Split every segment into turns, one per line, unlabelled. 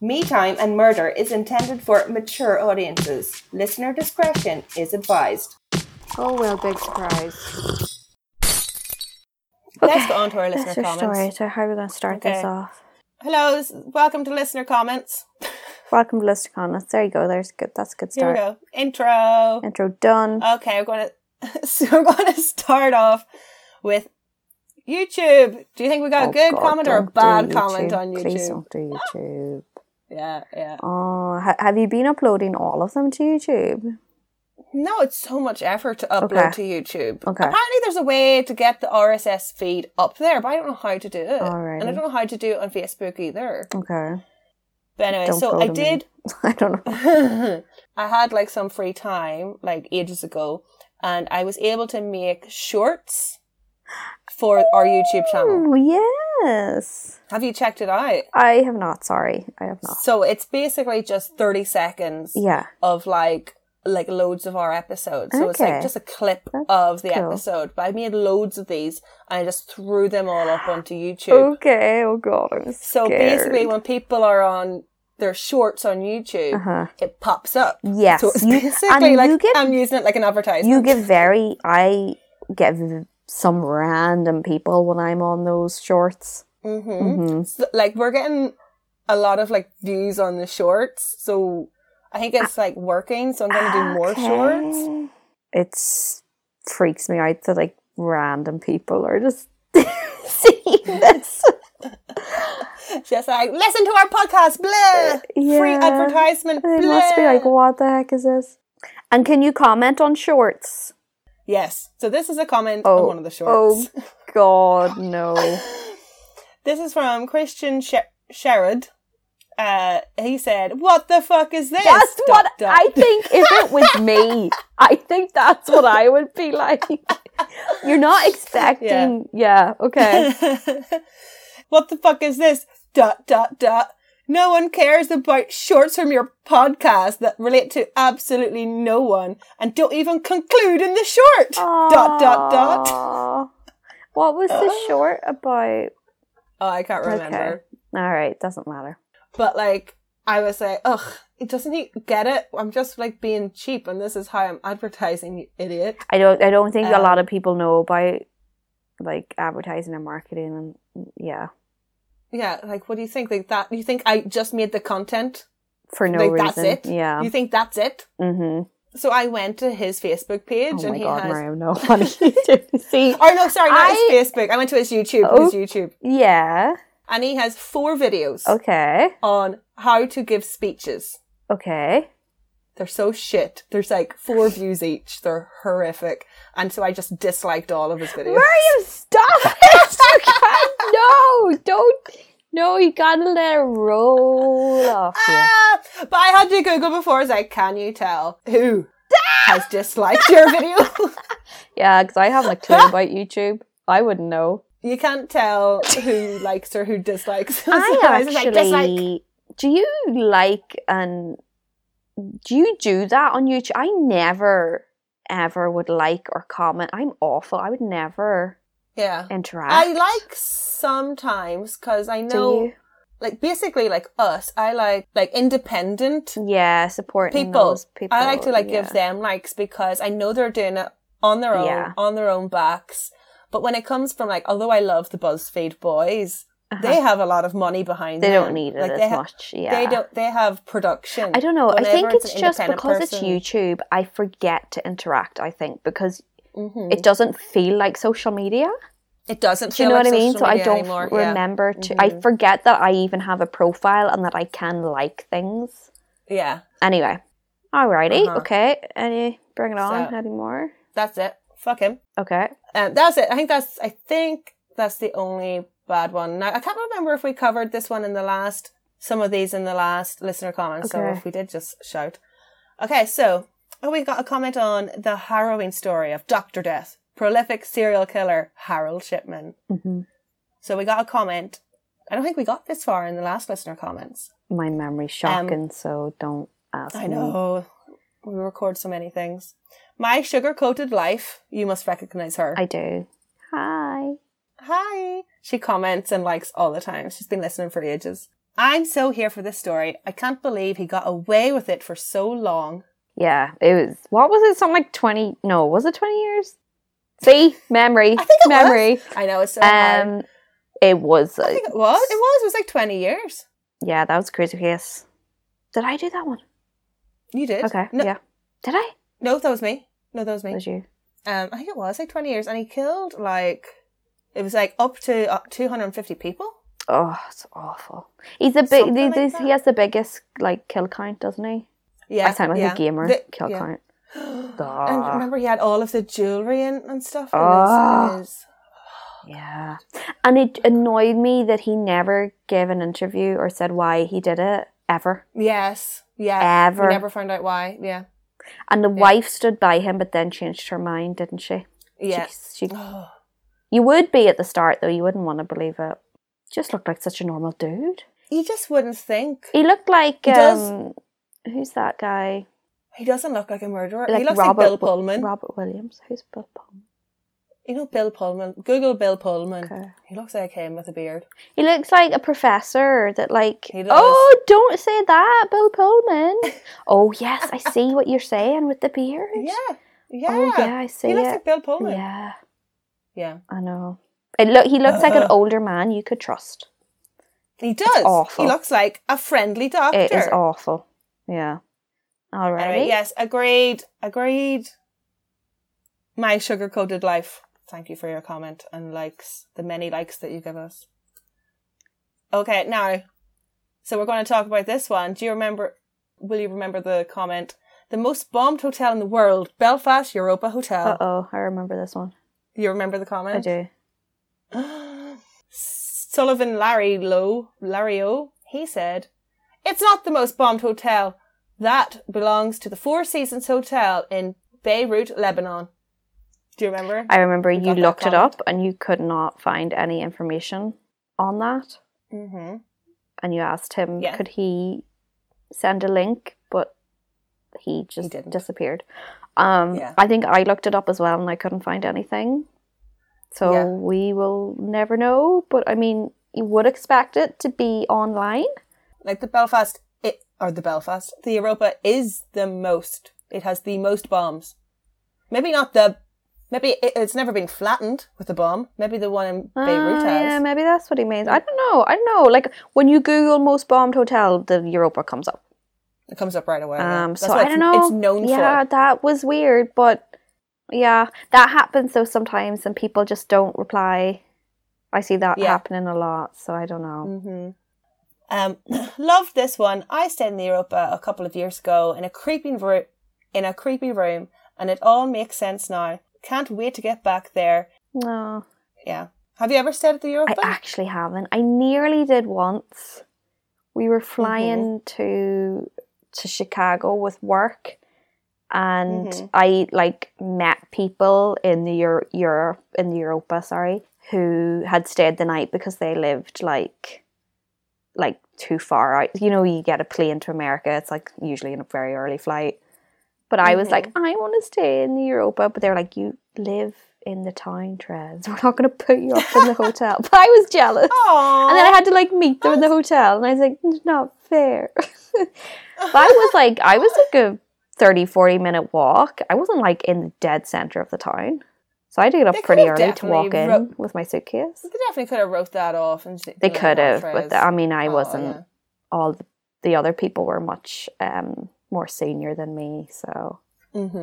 Me Time and Murder is intended for mature audiences. Listener discretion is advised.
Oh well, big surprise.
Let's go on to our listener
That's our
comments.
story. So how are we going to start this
Okay.
off?
Hello, s- welcome to listener comments.
Welcome to Lister Comments. There you go. There's good. That's a good
Here we Uh,
start.
go. Intro.
Intro done.
Okay, I'm gonna so we're gonna start off with YouTube. Do you think we got
Oh
a good
God,
comment or a
don't do
bad comment on
Please
YouTube?
don't do YouTube.
Yeah, yeah.
Oh, ha- have you been uploading all of them to YouTube?
No, it's so much effort to upload to YouTube.
Okay.
Apparently, there's a way to get the RSS feed up there, but I don't know how to do it.
Alrighty.
And I don't know how to do it on Facebook either.
Okay.
But anyway,
Don't
so
go
I
to me.
did
I don't know.
I had like some free time, like ages ago, and I was able to make shorts for our YouTube channel.
Oh, yes.
Have you checked it out?
I have not. Sorry. I have not.
So it's basically just 30 seconds
Yeah.
of like like loads of our episodes. So it's
Okay.
like just a clip of the
cool.
episode. But I made loads of these and I just threw them all up onto YouTube.
Okay. Oh, God. I'm scared.
so basically when people are on their shorts on YouTube,
Uh-huh.
it pops up.
Yes,
So it's
you-
basically
and
like
you get-
I'm using it like an advertisement.
you get very i get v- some random people when i'm on those shorts
hmm
hmm
So, like we're getting a lot of like views on the shorts, so I think it's like working. So I'm gonna do more shorts.
it's freaks me out that like random people are just seeing this
Just like listen to our podcast, bleh. Free
Uh, Yeah.
advertisement,
they
bleh.
must be like what the heck is this and can you comment on shorts
yes. So this is a comment on one of the
oh
shorts.
god no
This is from Christian Sher- Sherrod. Uh, he said, "What the fuck is this?"
That's
Dot,
what
dot.
I think. If it was me, I think that's what I would be like. You're not expecting, yeah. okay.
what the fuck is this? Dot dot dot. No one cares about shorts from your podcast that relate to absolutely no one and don't even conclude in the short.
Oh,
Dot dot dot.
Aw. What was the short about?
Oh, I can't
Okay.
remember.
All right, doesn't matter.
But like, I was like, ugh, doesn't he get it? I'm just like being cheap and this is how I'm advertising, you idiot.
I don't. I don't think a lot
Um,
of people know about like advertising and marketing, and yeah,
Yeah, like, what do you think? Like that? You think I just made the content?
for no
like
reason.
that's it?
Yeah.
You think that's it?
mm-hmm.
So I went to his Facebook page
Oh
and
my
he
god,
has
Mario! No, what are you doing? See,
Oh no, sorry, not
I-
his Facebook. I went to his YouTube.
Oh.
His YouTube,
yeah.
and he has four videos
Okay.
on how to give speeches.
Okay.
They're so shit. There's like four views each. They're horrific, and so I just disliked all of his videos.
Mario, stop it! You can't, no, don't. No, you gotta let it roll off you.
Ah, but I had to Google before. I was like, "Can you tell who has disliked your video?"
Yeah, because I haven't a clue about YouTube. I wouldn't know.
you can't tell who likes or who dislikes.
I
So was
actually.
just like, dislike.
Do you like and do you do that on YouTube? I never, ever would like or comment. I'm awful. I would never
Yeah,
interact.
I like sometimes because I know.
do
like basically like us i like like independent
you? Yeah, supporting
people.
those people.
i like to like
yeah.
give them likes because i know they're doing it on their own
Yeah.
on their own backs but when it comes from like although i love the buzzfeed boys
Uh-huh.
they have a lot of money behind
They
them
don't need it
Like,
as
they ha-
much. Yeah,
they don't they have production
I don't know. I
Whenever
think it's
an
just
independent
because it's
person-
YouTube, I forget to interact, I think, because
Mhm.
it doesn't feel like social media.
it doesn't
Do you
feel
know
like
what I mean? So
social
I
media
don't
anymore.
f-
Yeah. Mm-hmm.
remember to I forget that I even have a profile and that I can like things.
yeah,
Anyway. Alrighty,
Uh-huh.
okay. Any bring it on
So-
Any more?
that's it fuck him
Okay.
um, that's it i think that's i think that's the only bad one now i can't remember if we covered this one in the last some of these in the last listener comments so
Okay.
if we did just shout okay so oh, we got a comment on the harrowing story of dr death prolific serial killer harold shipman
hmm
so we got a comment i don't think we got this far in the last listener comments
My memory's shocking, so don't ask
Um, i
me.
know we record so many things my sugar coated life you must recognize her
I do. Hi.
Hi. She comments and likes all the time. She's been listening for ages. I'm so here for this story. I can't believe he got away with it for so long.
Yeah, it was. What was it? Something like twenty? No, was it twenty years? See, memory,
I think it
memory.
was. I know it's so hard.
Um, it was.
I think it was. It was. It was like 20 years.
Yeah, that was a crazy case. Did I do that one?
You did.
Okay.
No,
Yeah. Did I?
no, that was me. No, that was me.
Was you?
Um, I think it was like 20 years, and he killed like it was like up to uh, 250 people.
Oh, it's awful. He's the big.
Something
He,
like
he's-
that.
he has the biggest like kill count, doesn't he?
Yeah,
I sound like
yeah.
a gamer.
The-
kill
yeah.
count.
And
Ah.
remember, he had all of the jewelry and, and stuff. in
Ah.
his- his-
Yeah. And it annoyed me that he never gave an interview or said why he did it ever.
yes, yeah.
Ever.
We never found out why. Yeah,
And the wife stood by him, but then changed her mind, didn't she?
yeah.
She, she,
Oh,
you would be at the start, though. You wouldn't want to believe it. Just looked like such a normal dude.
you just wouldn't think
He looked like
He
um,
does.
who's that guy?
he doesn't look like a murderer.
Like
he looks
Robert
like Bill
Wi-
Pullman.
Robert Williams. Who's Bill Pullman?
you know Bill Pullman. Google Bill Pullman.
Okay.
He looks like him with a beard.
He looks like a professor that like
He does.
Oh, don't say that, Bill Pullman. oh yes, I see what you're saying with the beard.
Yeah, yeah.
Oh yeah, I see
he looks
it.
like Bill Pullman. Yeah.
yeah, I know. It look he looks like an
Uh-huh.
older man you could trust.
He does.
awful.
He looks like a friendly doctor.
It is awful. Yeah. All right.
Anyway, yes, agreed. Agreed. My sugar coated life. Thank you for your comment and likes, the many likes that you give us. Okay, now, so we're going to talk about this one. Do you remember, will you remember the comment? The most bombed hotel in the world, Belfast Europa Hotel.
Uh oh, I remember this one.
You remember the comment?
I do.
Sullivan Larry Lowe, Larry O, he said, It's not the most bombed hotel. That belongs to the Four Seasons Hotel in Beirut, Lebanon. Do you remember?
I remember you
got that
looked it
comment.
up and you could not find any information on that.
hmm
And you asked him,
Yeah.
could he send a link? But he just
didn't.
disappeared. Um,
Yeah.
I think I looked it up as well and I couldn't find anything. So
Yeah.
we will never know. But I mean, you would expect it to be online.
Like the Belfast, it, or the Belfast, the Europa is the most. It has the most bombs. Maybe not the, maybe it, it's never been flattened with a bomb. Maybe the one in Beirut
Ah,
has.
yeah, maybe that's what he means. I don't know. I don't know. Like when you Google most bombed hotel, the Europa comes up.
It comes up right away. yeah.
Um,
That's
so
what
I
it's-
don't know.
It's known for.
yeah, that was weird, but yeah, that happens though sometimes, and people just don't reply. I see that
Yeah.
happening a lot, so I don't know.
Mm-hmm. Um, loved this one. I stayed in the Europa a couple of years ago in a creepy room, in a creepy room, and it all makes sense now. Can't wait to get back there.
No,
Yeah. Have you ever stayed at the
I
Europa?
actually haven't. I nearly did once. We were flying to to Chicago with work, and
Mhm.
I like met people in the Euro- Europe in the Europa, sorry, who had stayed the night because they lived like like too far out. You know, you get a plane to America. It's like usually in a very early flight. But I was like, I want to stay in the Europa. But they're like, you live in the town, Trez. We're not going to put you up in the hotel. But I was jealous.
Aw.
And then I had to like meet them in the hotel. And I was like, it's not fair. but I was like, I was like a 30, 40 minute walk. I wasn't like in the dead center of the town. So I had to get up
They could
pretty
have
early to walk
definitely
in
ro-
with my suitcase.
they definitely could have wrote that off. And
They could have, but
with
the, I mean, I
Oh,
wasn't.
yeah.
All the, the other people were much um, more senior than me, so
Mm-hmm.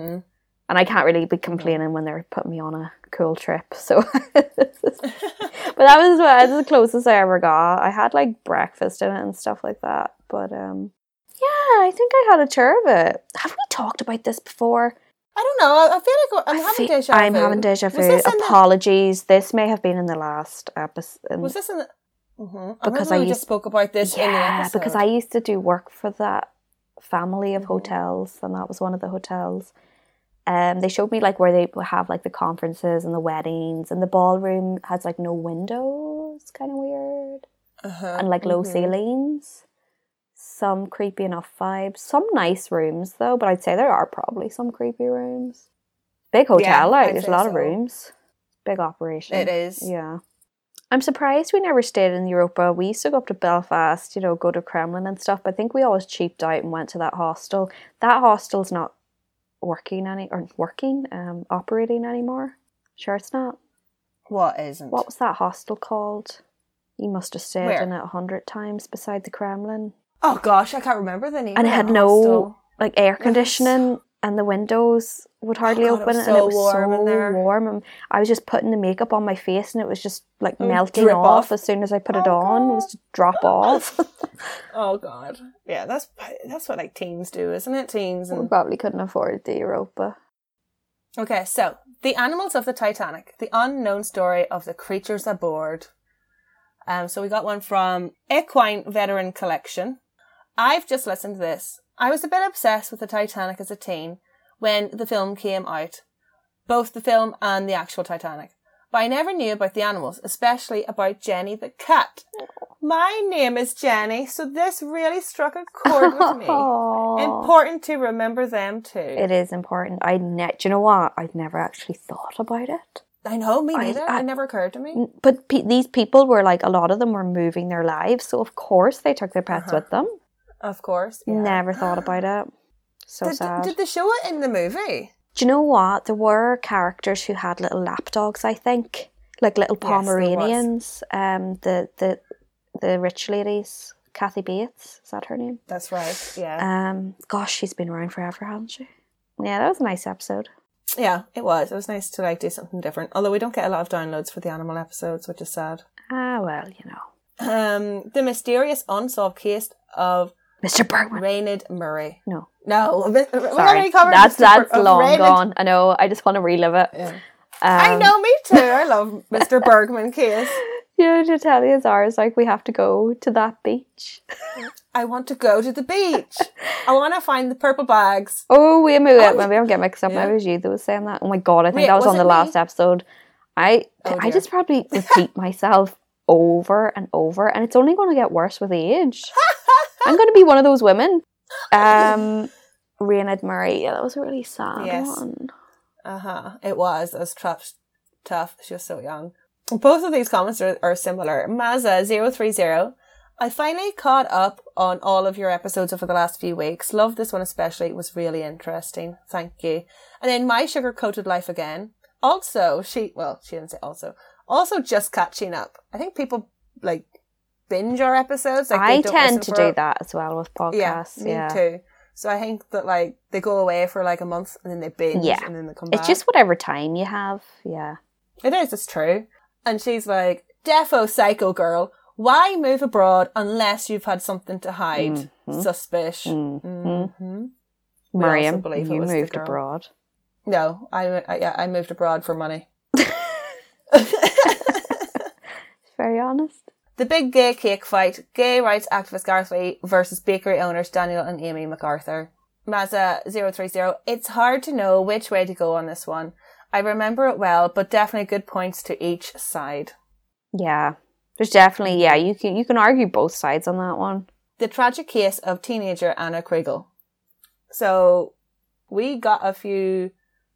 and I can't really be complaining when they're putting me on a cool trip. So, but that was, what- that was the closest I ever got. I had like breakfast in it and stuff like that. But um, yeah, I think I had a tour of it. Have we talked about this before?
I don't know. I I feel like I'm having
fe-
deja vu.
I'm having deja
Was
vu.
this in the-
Apologies. This may have been in the last episode.
Was this in the? hmm
Because
I, remember
I
we
used-
just spoke about this in the
yeah,
episode. Mm-hmm.
because I used to do work for that family of hotels, and that was one of the hotels. Um, they showed me like where they have like the conferences and the weddings, and the ballroom has like no windows, kind of weird,
uh-huh.
and like low
Mhm.
ceilings. Some creepy enough vibes, some nice rooms though, but I'd say there are probably some creepy rooms. Big hotel,
Yeah,
like
I'd
there's a
say
lot of
so.
rooms, big operation.
It is.
Yeah. I'm surprised we never stayed in Europa. We used to go up to Belfast, you know, go to Kremlin and stuff. But I think we always cheaped out and went to that hostel. That hostel's not working any or working, um, operating anymore. Sure, it's not.
What isn't?
What was that hostel called? You must have stayed
Where?
in it a hundred times beside the Kremlin,
Oh gosh, I can't remember the name.
and it
of
had
that
no
hostel.
like air conditioning, and the windows would hardly
Oh God, it
open.
was
and
so
it was
warm
so
in there.
warm, and I was just putting the makeup on my face, and it was just like
would
melting
drip
off,
off.
as soon as I put it
Oh,
on. It was
God.
just drop off.
Oh god, yeah, that's that's what like teens do, isn't it? Teens
we
and
probably couldn't afford the Europa.
okay, so the animals of the Titanic, the unknown story of the creatures aboard. Um, so we got one from Equine Veteran Collection. I've just listened to this. I was a bit obsessed with the Titanic as a teen when the film came out, both the film and the actual Titanic. But I never knew about the animals, especially about Jenny the cat. My name is Jenny, so this really struck a chord with me.
Aw.
Important to remember them too.
It is important. I ne- do you know what? I'd never actually thought about it.
I know, me
I-
neither.
I-
it never occurred to me.
N- But pe- these people were like, a lot of them were moving their lives, so of course they took their pets with them.
Of course. Uh-huh. yeah.
Never thought about it. So
Did,
sad.
did they show it in the movie?
Do you know what? There were characters who had little lap dogs, I think, like little
Yes, there was.
Pomeranians. um, the the the rich ladies, Kathy Bates, is that her name?
That's right. Yeah.
Um, gosh, she's been around forever, hasn't she? Yeah, that was a nice episode.
yeah, it was. It was nice to like do something different. Although we don't get a lot of downloads for the animal episodes, which is sad.
Ah, well, you know,
Um, the mysterious unsolved case of
Mr. Bergman.
Raynard Murray.
No,
No, we
sorry,
already covered
that's
Mr. Bur-
that's
of
long
Raynard-
gone. I know. I just want to relive it.
Yeah.
Um,
I know, me too. I love Mr. Bergman case.
Yeah, to tell you, ours like we have to go to that beach.
I want to go to the beach. I want to find the purple bags.
Oh, wait a minute.
Oh,
Maybe I'm getting mixed up.
yeah.
Maybe it was you that was saying that. Oh my god, I think
Wait,
that was,
was
on the
it me?
last episode. I
Oh,
I
dear.
just probably repeat myself over and over, and it's only going to get worse with age. I'm going to be one of those women. Um, Raynard Murray. Yeah, that was a really sad
Yes.
one.
Uh huh. It was. It was tough. Tough. She was so young. Both of these comments are, are similar. Mazza030. I finally caught up on all of your episodes over the last few weeks. Love this one especially. It was really interesting. Thank you. And then My Sugar Coated Life Again. Also, she, well, she didn't say also. Also, just catching up. I think people like binge our episodes. Like, they
I
don't
tend to
listen
do
for-
that as well with podcasts.
me
Yeah,
too. So I think that like they go away for like a month and then they binge
Yeah.
and then they come back.
it's just whatever time you have. Yeah.
It is, it's true. And she's like, Defo psycho girl, why move abroad unless you've had something to hide?
Mhm.
Suspish.
Mm.
hmm We also
Miriam,
believe it
you
was the
moved
girl.
abroad.
No, I, I, yeah, I moved abroad for money.
Very honest.
The big gay cake fight, gay rights activist Garth Lee versus bakery owners Daniel and Amy MacArthur. Mazza030, it's hard to know which way to go on this one. I remember it well, but definitely good points to each side.
Yeah, there's definitely yeah. You can you can argue both sides on that one.
The Tragic Case of Teenager Anna Kriegel. So we got a few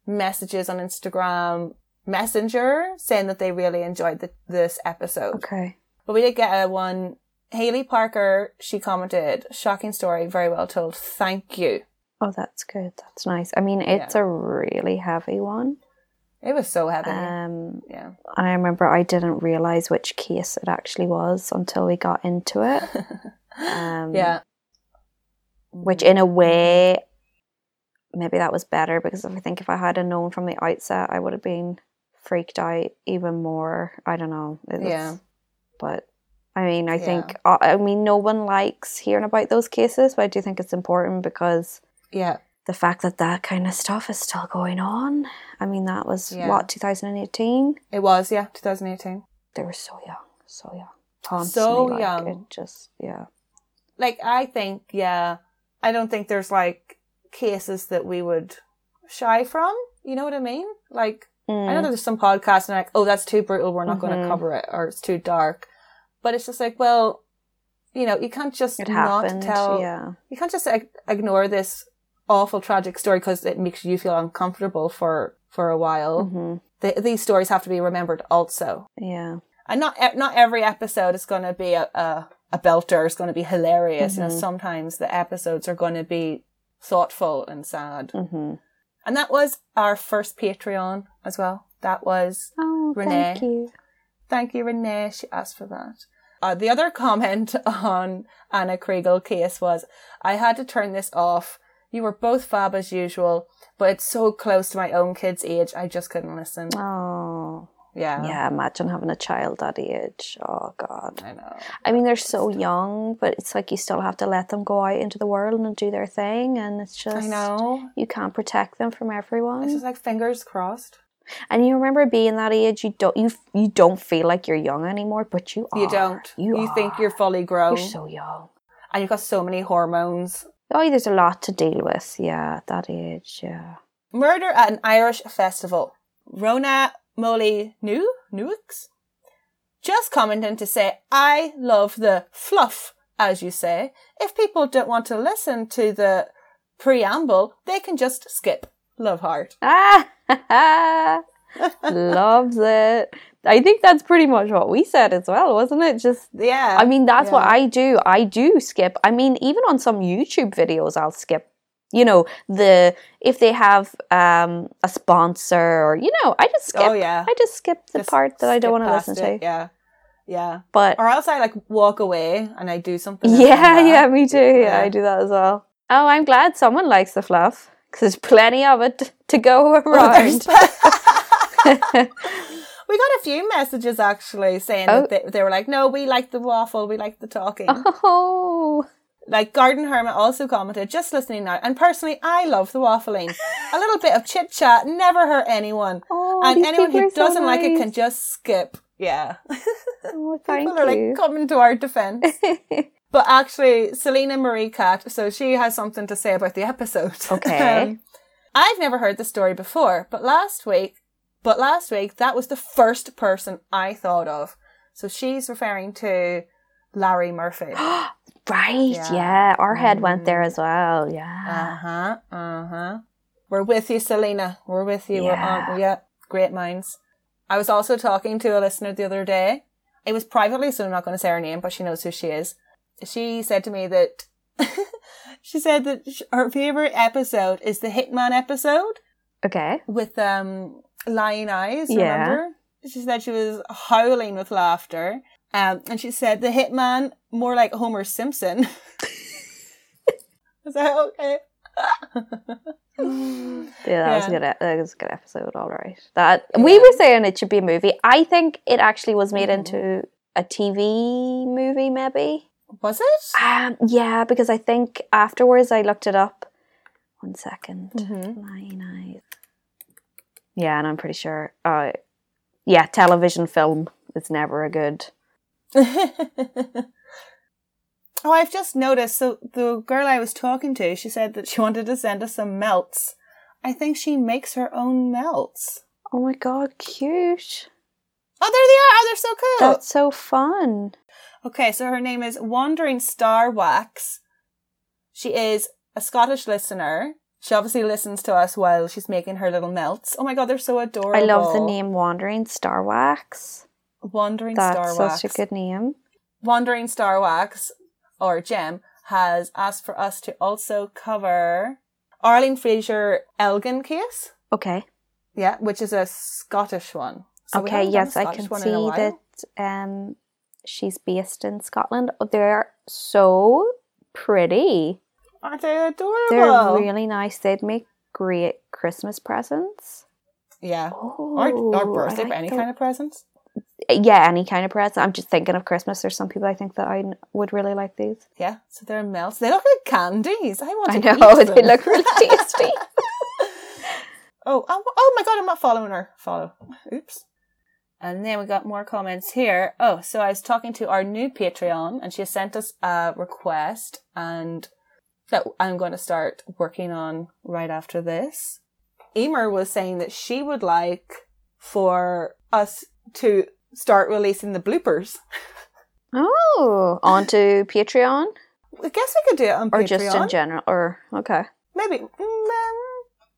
messages on Instagram Messenger saying that they really enjoyed the, this episode.
Okay.
But we did get a one. Haley Parker, she commented, shocking story, very well told. Thank you.
Oh, that's good. That's nice. I mean, it's a really heavy one.
It was so heavy.
Um,
yeah.
and I remember I didn't realize which case it actually was until we got into it. Um,
yeah.
Which, in a way, maybe that was better because I think if I had known from the outset, I would have been freaked out even more. I don't know. It's-
Yeah.
But I mean, I
Yeah.
think I I mean no one likes hearing about those cases, but I do think it's important because
Yeah.
the fact that that kind of stuff is still going on. I mean, that was
Yeah.
what 2018.
It was, yeah, 2018.
They were so young, so young,
So
like,
young.
It just yeah,
like I think, yeah, I don't think there's like cases that we would shy from. You know what I mean? Like I know
Mm,
there's some podcasts and like, oh, that's too brutal. We're not going
Mhm.
to cover it, or it's too dark. But it's just like, well, you know, you can't just
it
not
happened.
tell.
yeah,
You can't just ag- ignore this awful tragic story because it makes you feel uncomfortable for for a while.
hmm
Th- these stories have to be remembered also.
yeah.
and not e- not every episode is going to be a, a a belter. It's going to be hilarious. You know, sometimes the episodes are going to be thoughtful and sad.
Mm-hmm.
And that was our first Patreon as well. That was
Oh,
Renee.
thank you.
thank you, Renee. She asked for that. Uh, the other comment on Anna Kriegel case was, I had to turn this off. You were both fab as usual, but it's so close to my own kid's age. I just couldn't listen.
Oh,
Yeah.
yeah. Imagine having a child that age. Oh God.
I know.
I mean, they're so young, but it's like you still have to let them go out into the world and do their thing, and it's just
I know.
you can't protect them from everyone.
It's just like fingers crossed.
And you remember being that age, you don't you f- you don't feel like you're young anymore, but you are.
Ah, You don't.
You,
think
are.
you're fully grown.
You're so young.
and you've got so many hormones.
Oh, there's a lot to deal with. Yeah, at that age. Yeah.
Murder at an Irish festival. Rona Molly New Newix just commented to say, "I love the fluff, as you say. If people don't want to listen to the preamble, they can just skip." Love heart.
Ah, loves it. I think that's pretty much what we said as well, wasn't it? Just
Yeah,
I mean, that's what
yeah.
I do. I do skip. I mean, even on some YouTube videos, I'll skip. You know, the if they have um, a sponsor or you know, I just skip.
Oh yeah,
I just skip the
Just
part that I
skip
don't want to
past
listen
it.
to.
Yeah, yeah.
But
Or else I like walk away and I do something. else
yeah,
and
yeah,
that.
me too. Yeah,
Yeah.
I do that as well. Oh, I'm glad someone likes the fluff because there's plenty of it to go around.
We got a few messages actually saying
Oh. Uh-huh.
that they, they were like, "No, we like the waffle, we like the talking."
oh,
Like Garden Hermit also commented, just listening now, and personally, I love the waffling. a little bit of chit chat never hurt anyone,
oh,
and
these
anyone
people
who
are so
doesn't like it
nice.
can just skip. Yeah,
Oh, thank
people are
you.
like coming to our defense. but actually, Selena Marie Cat, so she has something to say about the episode.
Okay.
Um, I've never heard the story before, but last week, but last week that was the first person I thought of. So she's referring to Larry Murphy.
right?
Yeah.
Yeah. our head went there as well.
Uh
Yeah.
huh.
Uh-huh.
Uh huh. We're with you, Selena. We're with you. We're
Yeah.
on. Yeah. Great minds. I was also talking to a listener the other day. It was privately, so I'm not going to say her name, but she knows who she is. She said to me that she said that sh- her favorite episode is the Hitman episode
okay.
with um lion eyes.
Yeah.
Remember? She said she was howling with laughter. Um, and she said the hitman more like Homer Simpson. I was like, okay.
Yeah, that was a
Yeah.
good. e- That was a good episode. All right. That we were saying it should be a movie. I think it actually was made
Mm-hmm.
into a TV movie, maybe.
Was it?
Um, yeah, because I think afterwards I looked it up. One second.
Mhm.
Lion Eyes. Yeah, and I'm pretty sure. Uh, yeah, television film is never a good.
oh, I've just noticed. So the girl I was talking to, she said that she wanted to send us some melts. I think she makes her own melts.
Oh my god, cute!
Oh, there they are. Oh, they're so cool.
That's so fun.
Okay, so her name is Wandering Star Wax. She is a Scottish listener. She obviously listens to us while she's making her little melts. Oh my god, they're so adorable.
I love the name Wandering Star Wax.
Wandering
That's
Star Wax.
such a good name.
Wandering Star Wax or Gem has asked for us to also cover Arlene Fraser Elgin case.
Okay.
Yeah, which is a Scottish one. So we
okay.
haven't done a
Yes, I
Scottish
can
one in a
see
while.
that um, she's based in Scotland. Oh, they're so pretty.
Aren't they adorable?
They're really nice. They'd make great Christmas presents.
yeah.
Oh,
Or, or birthday, any kind of presents.
of. Yeah, any kind of present. I'm just thinking of Christmas. There's some people I think that I kn- would really like these.
Yeah, so they're melts. They look like candies. I want
I
to
know
eat them.
they look really tasty.
Oh, oh, oh my god, I'm not following her. Follow. Oops. And then we got more comments here. Oh, so I was talking to our new Patreon and she sent us a request and that I'm going to start working on right after this. Emer was saying that she would like for us to start releasing the bloopers.
oh, onto Patreon
I guess we could do it on
or
Patreon.
just in general, or okay.
maybe. mm, um,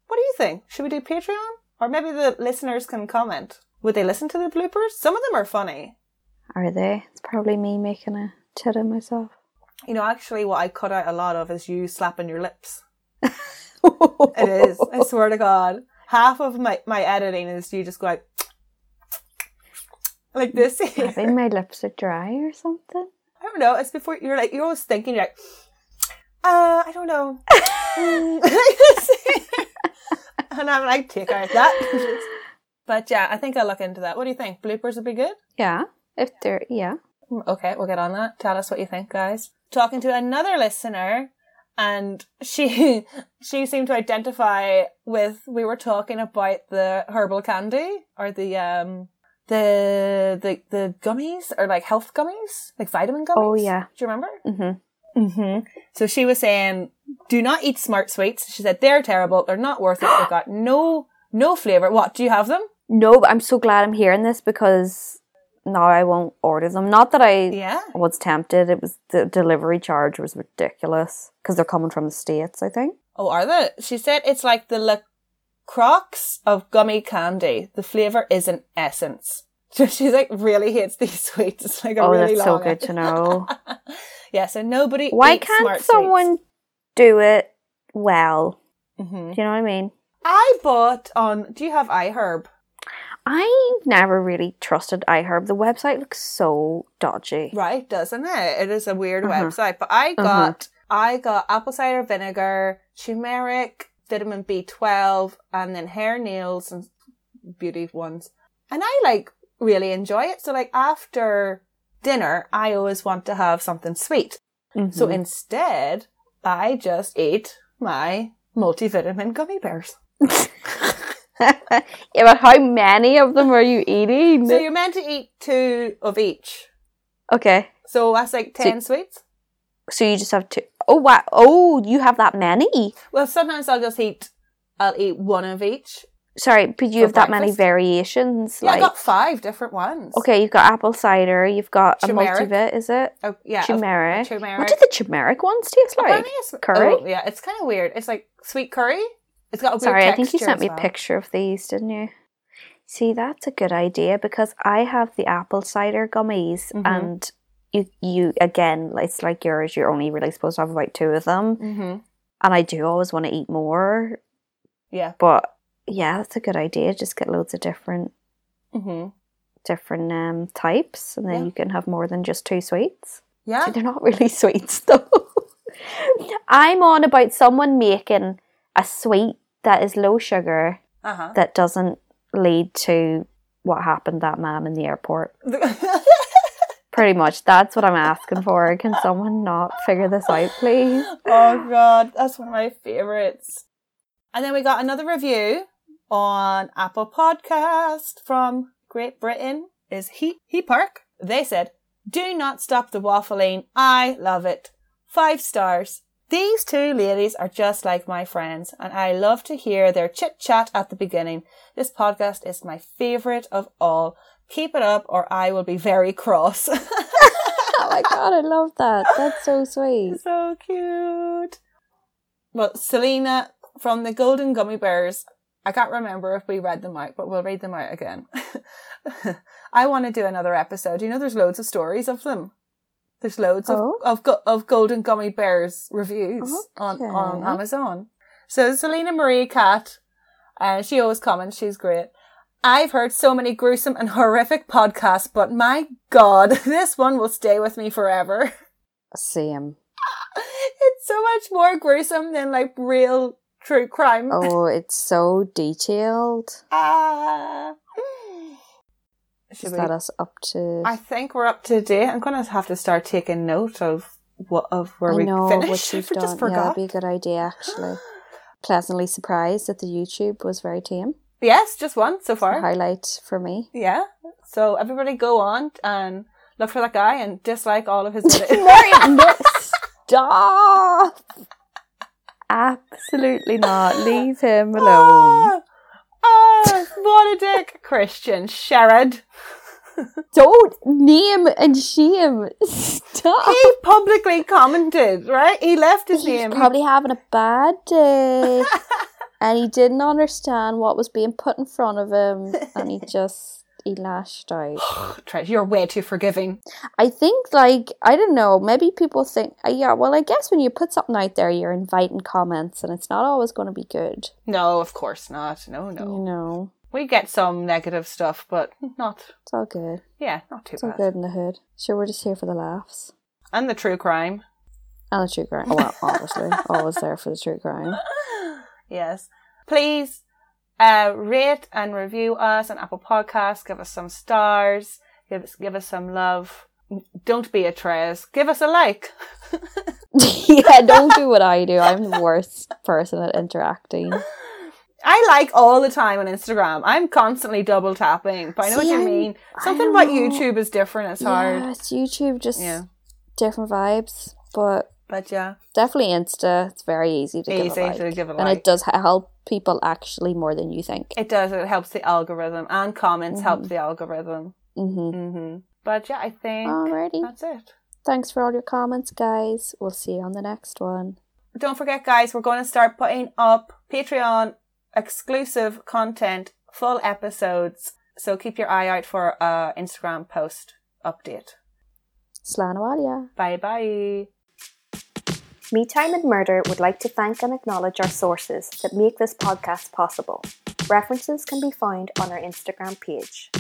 what do you think? Should we do Patreon? Or maybe the listeners can comment. Would they listen to the bloopers? Some of them are funny.
Are they? It's probably me making a chit of myself.
You know, actually, what I cut out a lot of is you slapping your lips. It is. I swear to God. Half of my, my editing is you just going like this.
I
I
think my lips are dry or something.
don't know. It's before you're like, you're always thinking, you're like, uh, I don't know. and I'm like, take out that. but yeah, I think I'll look into that. What do you think? Bloopers would be good?
Yeah. If they're yeah.
Okay, we'll get on that. Tell us what you think, guys. Talking to another listener, and she she seemed to identify with we were talking about the herbal candy or the um the the the gummies or like health gummies, like vitamin gummies.
Oh, yeah.
do you remember?
Mhm.
Mm-hmm. So she was saying, do not eat smart sweets. She said they're terrible. They're not worth it. They've got no no flavor. What do you have them?
No, but I'm so glad I'm hearing this because now I won't order them. Not that I
Yeah.
was tempted. It was the delivery charge was ridiculous because they're coming from the states. I think.
Oh, are they? She said it's like the La Crocs of gummy candy. The flavour is an essence. So she's like really hates these sweets. It's like a
oh,
really
that's so
long.
good to know.
yeah, so nobody.
Why
eats
can't
smart
someone do it well?
Sweets. hmm
Do you know what I mean?
I bought on. Do you have iHerb?
I never really trusted iHerb. The website looks so dodgy.
Right, doesn't it? It is a weird
Uh-huh.
website. But I
Uh-huh.
got I got apple cider vinegar, turmeric, vitamin B twelve, and then hair nails and beauty ones. And I like really enjoy it. So like after dinner, I always want to have something sweet. So
Mhm.
instead, I just ate my multivitamin gummy bears.
Mm-hmm. yeah, but how many of them are you eating?
So you're meant to eat two of each.
okay,
So that's like ten sweets.
so you just have two oh wow! Oh, you have that many.
Well, sometimes I'll just eat. I'll eat one of each.
Sorry, but you
For
have that many
breakfast?
variations.
Yeah,
like
I got five different ones.
okay, you've got apple cider. You've got
Turmeric.
a multivit. Is it
Oh, yeah. of-
turmeric?
turmeric.
What do the turmeric ones taste like?
Apparently it's-
curry?
Oh, yeah, it's kind of weird. It's like sweet curry. It's got a weird
Sorry, I think you
texture
sent
as
me
well.
a picture of these, didn't you? See, that's a good idea because I have the apple cider gummies,
Mhm.
and you, you again, it's like yours. You're only really supposed to have about two of them,
Mm-hmm.
and I do always want to eat more.
Yeah.
But yeah, that's a good idea. Just get loads of different
Mm-hmm.
different um, types, and then
Yeah.
you can have more than just two sweets.
Yeah.
They're not really sweets though. I'm on about someone making a sweet that is low sugar
Uh huh.
that doesn't lead to what happened to that man in the airport. Pretty much, that's what I'm asking for. Can someone not figure this out, please?
oh god, that's one of my favorites. And then we got another review on Apple Podcast from Great Britain. Is he he Park? They said, "Do not stop the waffling. I love it. Five stars. These two ladies are just like my friends, and I love to hear their chit chat at the beginning. This podcast is my favorite of all. Keep it up, or I will be very cross."
Oh my god, I love that. That's so sweet.
So cute. Well, Selena from the Golden Gummy Bears. I can't remember if we read them out, but we'll read them out again. I want to do another episode. You know, there's loads of stories of them. There's loads
Oh.
of of go- of Golden Gummy Bears reviews on on
Okay.
Amazon. So Selena Marie Cat, uh, she always comments. She's great. I've heard so many gruesome and horrific podcasts, but my God, this one will stay with me forever
Same.
it's so much more gruesome than like real true crime.
Oh, it's so detailed.
Ah. Should
Is
we-
that us up to?
I think we're up to date. I'm gonna have to start taking note of what of where
I
we
know
finished.
what you've
I just
done. Yeah,
forgot.
that'd be a good idea actually. Pleasantly surprised that the YouTube was very tame.
yes, just one so
A
far.
highlight for me.
Yeah. So everybody go on and look for that guy and dislike all of his videos.
Mary, no, stop! Absolutely not. Leave him alone.
Ah, ah, what a dick, Christian Sherrod.
Don't name and shame. Stop.
He publicly commented, right? He left his
He's
name. He
probably having a bad day, and he didn't understand what was being put in front of him, and he just he lashed out.
Trish, you're way too forgiving.
I think, like, I don't know, maybe people think, uh, yeah, well, I guess when you put something out there, you're inviting comments, and it's not always going to be good.
No, of course not. No,
You
no.
know,
We get some negative stuff, but not,
it's all good.
yeah, not too
It's all
bad.
good in the hood. Sure, we're just here for the laughs.
And the true crime.
And the true crime. Oh, well, obviously. always there for the true crime.
yes. Please uh, rate and review us on Apple Podcasts. Give us some stars. Give us, give us some love. Don't be a Trez. Give us a like.
yeah, don't do what I do. I'm the worst person at interacting.
I like all the time on Instagram. I'm constantly double tapping, but I know
See,
what you
I'm-
mean.
I
Something
don't
about
know.
YouTube is different. It's
Yeah,
hard.
it's YouTube, just
Yeah.
different vibes. But
But yeah,
definitely Insta. It's very easy to give
Easy
a like.
to give a
And
like.
it does help people actually more than you think.
it does. It helps the algorithm, and comments help
Mhm.
the algorithm.
hmm
hmm But yeah, I think
Alrighty.
that's it.
Thanks for all your comments, guys. We'll see you on the next one.
don't forget guys we're going to start putting up patreon exclusive content full episodes so keep your eye out for uh instagram post update
Slanowalia.
bye bye
Me Time and Murder would like to thank and acknowledge our sources that make this podcast possible. References can be found on our Instagram page.